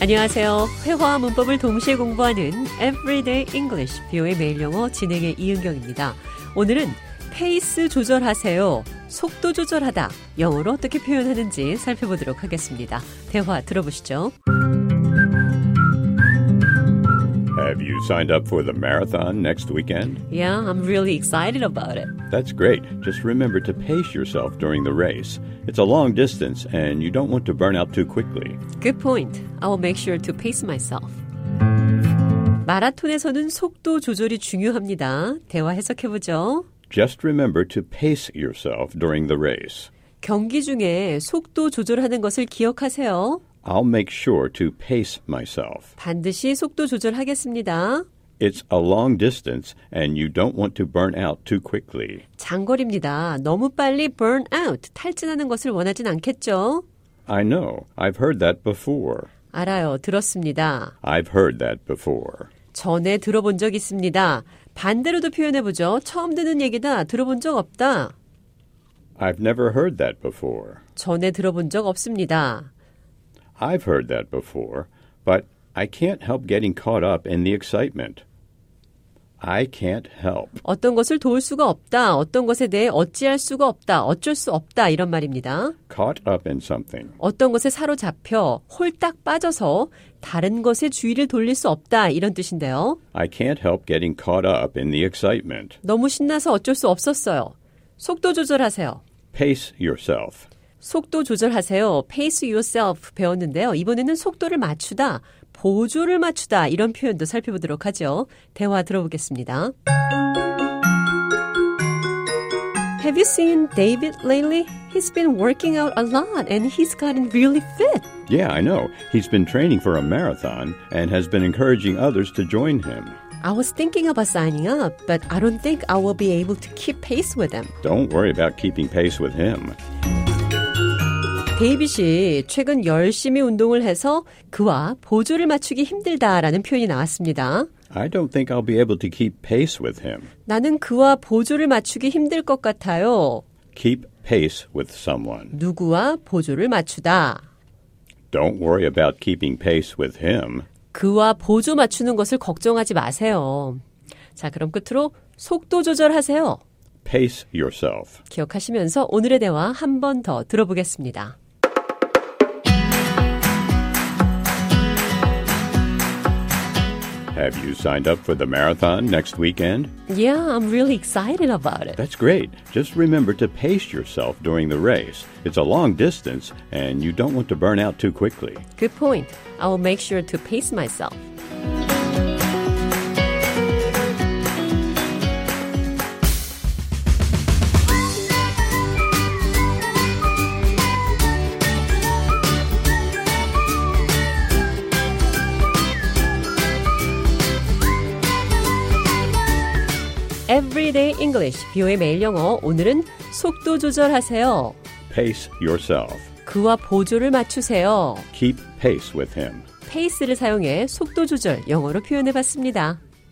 안녕하세요. 회화와 문법을 동시에 공부하는 Everyday English 비오의 매일 영어 진행의 이은경입니다. 오늘은 페이스 조절하세요. 속도 조절하다. 영어로 어떻게 표현하는지 살펴보도록 하겠습니다. 대화 들어보시죠. Have you signed up for the marathon next weekend? Yeah, I'm really excited about it. That's great. Just remember to pace yourself during the race. It's a long distance and you don't want to burn out too quickly. Good point. I will make sure to pace myself. 마라톤에서는 속도 조절이 중요합니다. 대화 해석해보죠. Just remember to pace yourself during the race. 경기 중에 속도 조절하는 것을 기억하세요. I'll make sure to pace myself. 반드시 속도 조절하겠습니다. It's a long distance and you don't want to burn out too quickly. 장거리입니다. 너무 빨리 burn out, 탈진하는 것을 원하진 않겠죠? I know. I've heard that before. 알아요. 들었습니다. I've heard that before. 전에 들어본 적 있습니다. 반대로도 표현해보죠. 처음 듣는 얘기다. 들어본 적 없다. I've never heard that before. 전에 들어본 적 없습니다. I've heard that before, but I can't help getting caught up in the excitement. I can't help. 어떤 것을 도울 수가 없다. 어떤 것에 대해 어찌할 수가 없다. 어쩔 수 없다. 이런 말입니다. Caught up in something. 어떤 것에 사로잡혀 홀딱 빠져서 다른 것에 주의를 돌릴 수 없다. 이런 뜻인데요. I can't help getting caught up in the excitement. 너무 신나서 어쩔 수 없었어요. 속도 조절하세요. Pace yourself. 속도 조절하세요. pace yourself 배웠는데요. 이번에는 속도를 맞추다, 보조를 맞추다 이런 표현도 살펴보도록 하죠. 대화 들어보겠습니다. Have you seen David lately? He's been working out a lot and he's gotten really fit. Yeah, I know. He's been training for a marathon and has been encouraging others to join him. I was thinking about signing up, but I don't think I will be able to keep pace with him. Don't worry about keeping pace with him. 데이빗이 최근 열심히 운동을 해서 그와 보조를 맞추기 힘들다라는 표현이 나왔습니다. I don't think I'll be able to keep pace with him. 나는 그와 보조를 맞추기 힘들 것 같아요. Keep pace with someone. 누구와 보조를 맞추다. Don't worry about keeping pace with him. 그와 보조 맞추는 것을 걱정하지 마세요. 자, 그럼 끝으로 속도 조절하세요. Pace yourself. 기억하시면서 오늘의 대화 한 번 더 들어보겠습니다. Have you signed up for the marathon next weekend? Yeah, I'm really excited about it. That's great. Just remember to pace yourself during the race. It's a long distance, and you don't want to burn out too quickly. Good point. I will make sure to pace myself. Everyday English, 비오의 매일 영어. 오늘은 속도 조절하세요. Pace yourself. 그와 보조를 맞추세요. Keep pace with him. 페이스를 사용해 속도 조절 영어로 표현해 봤습니다.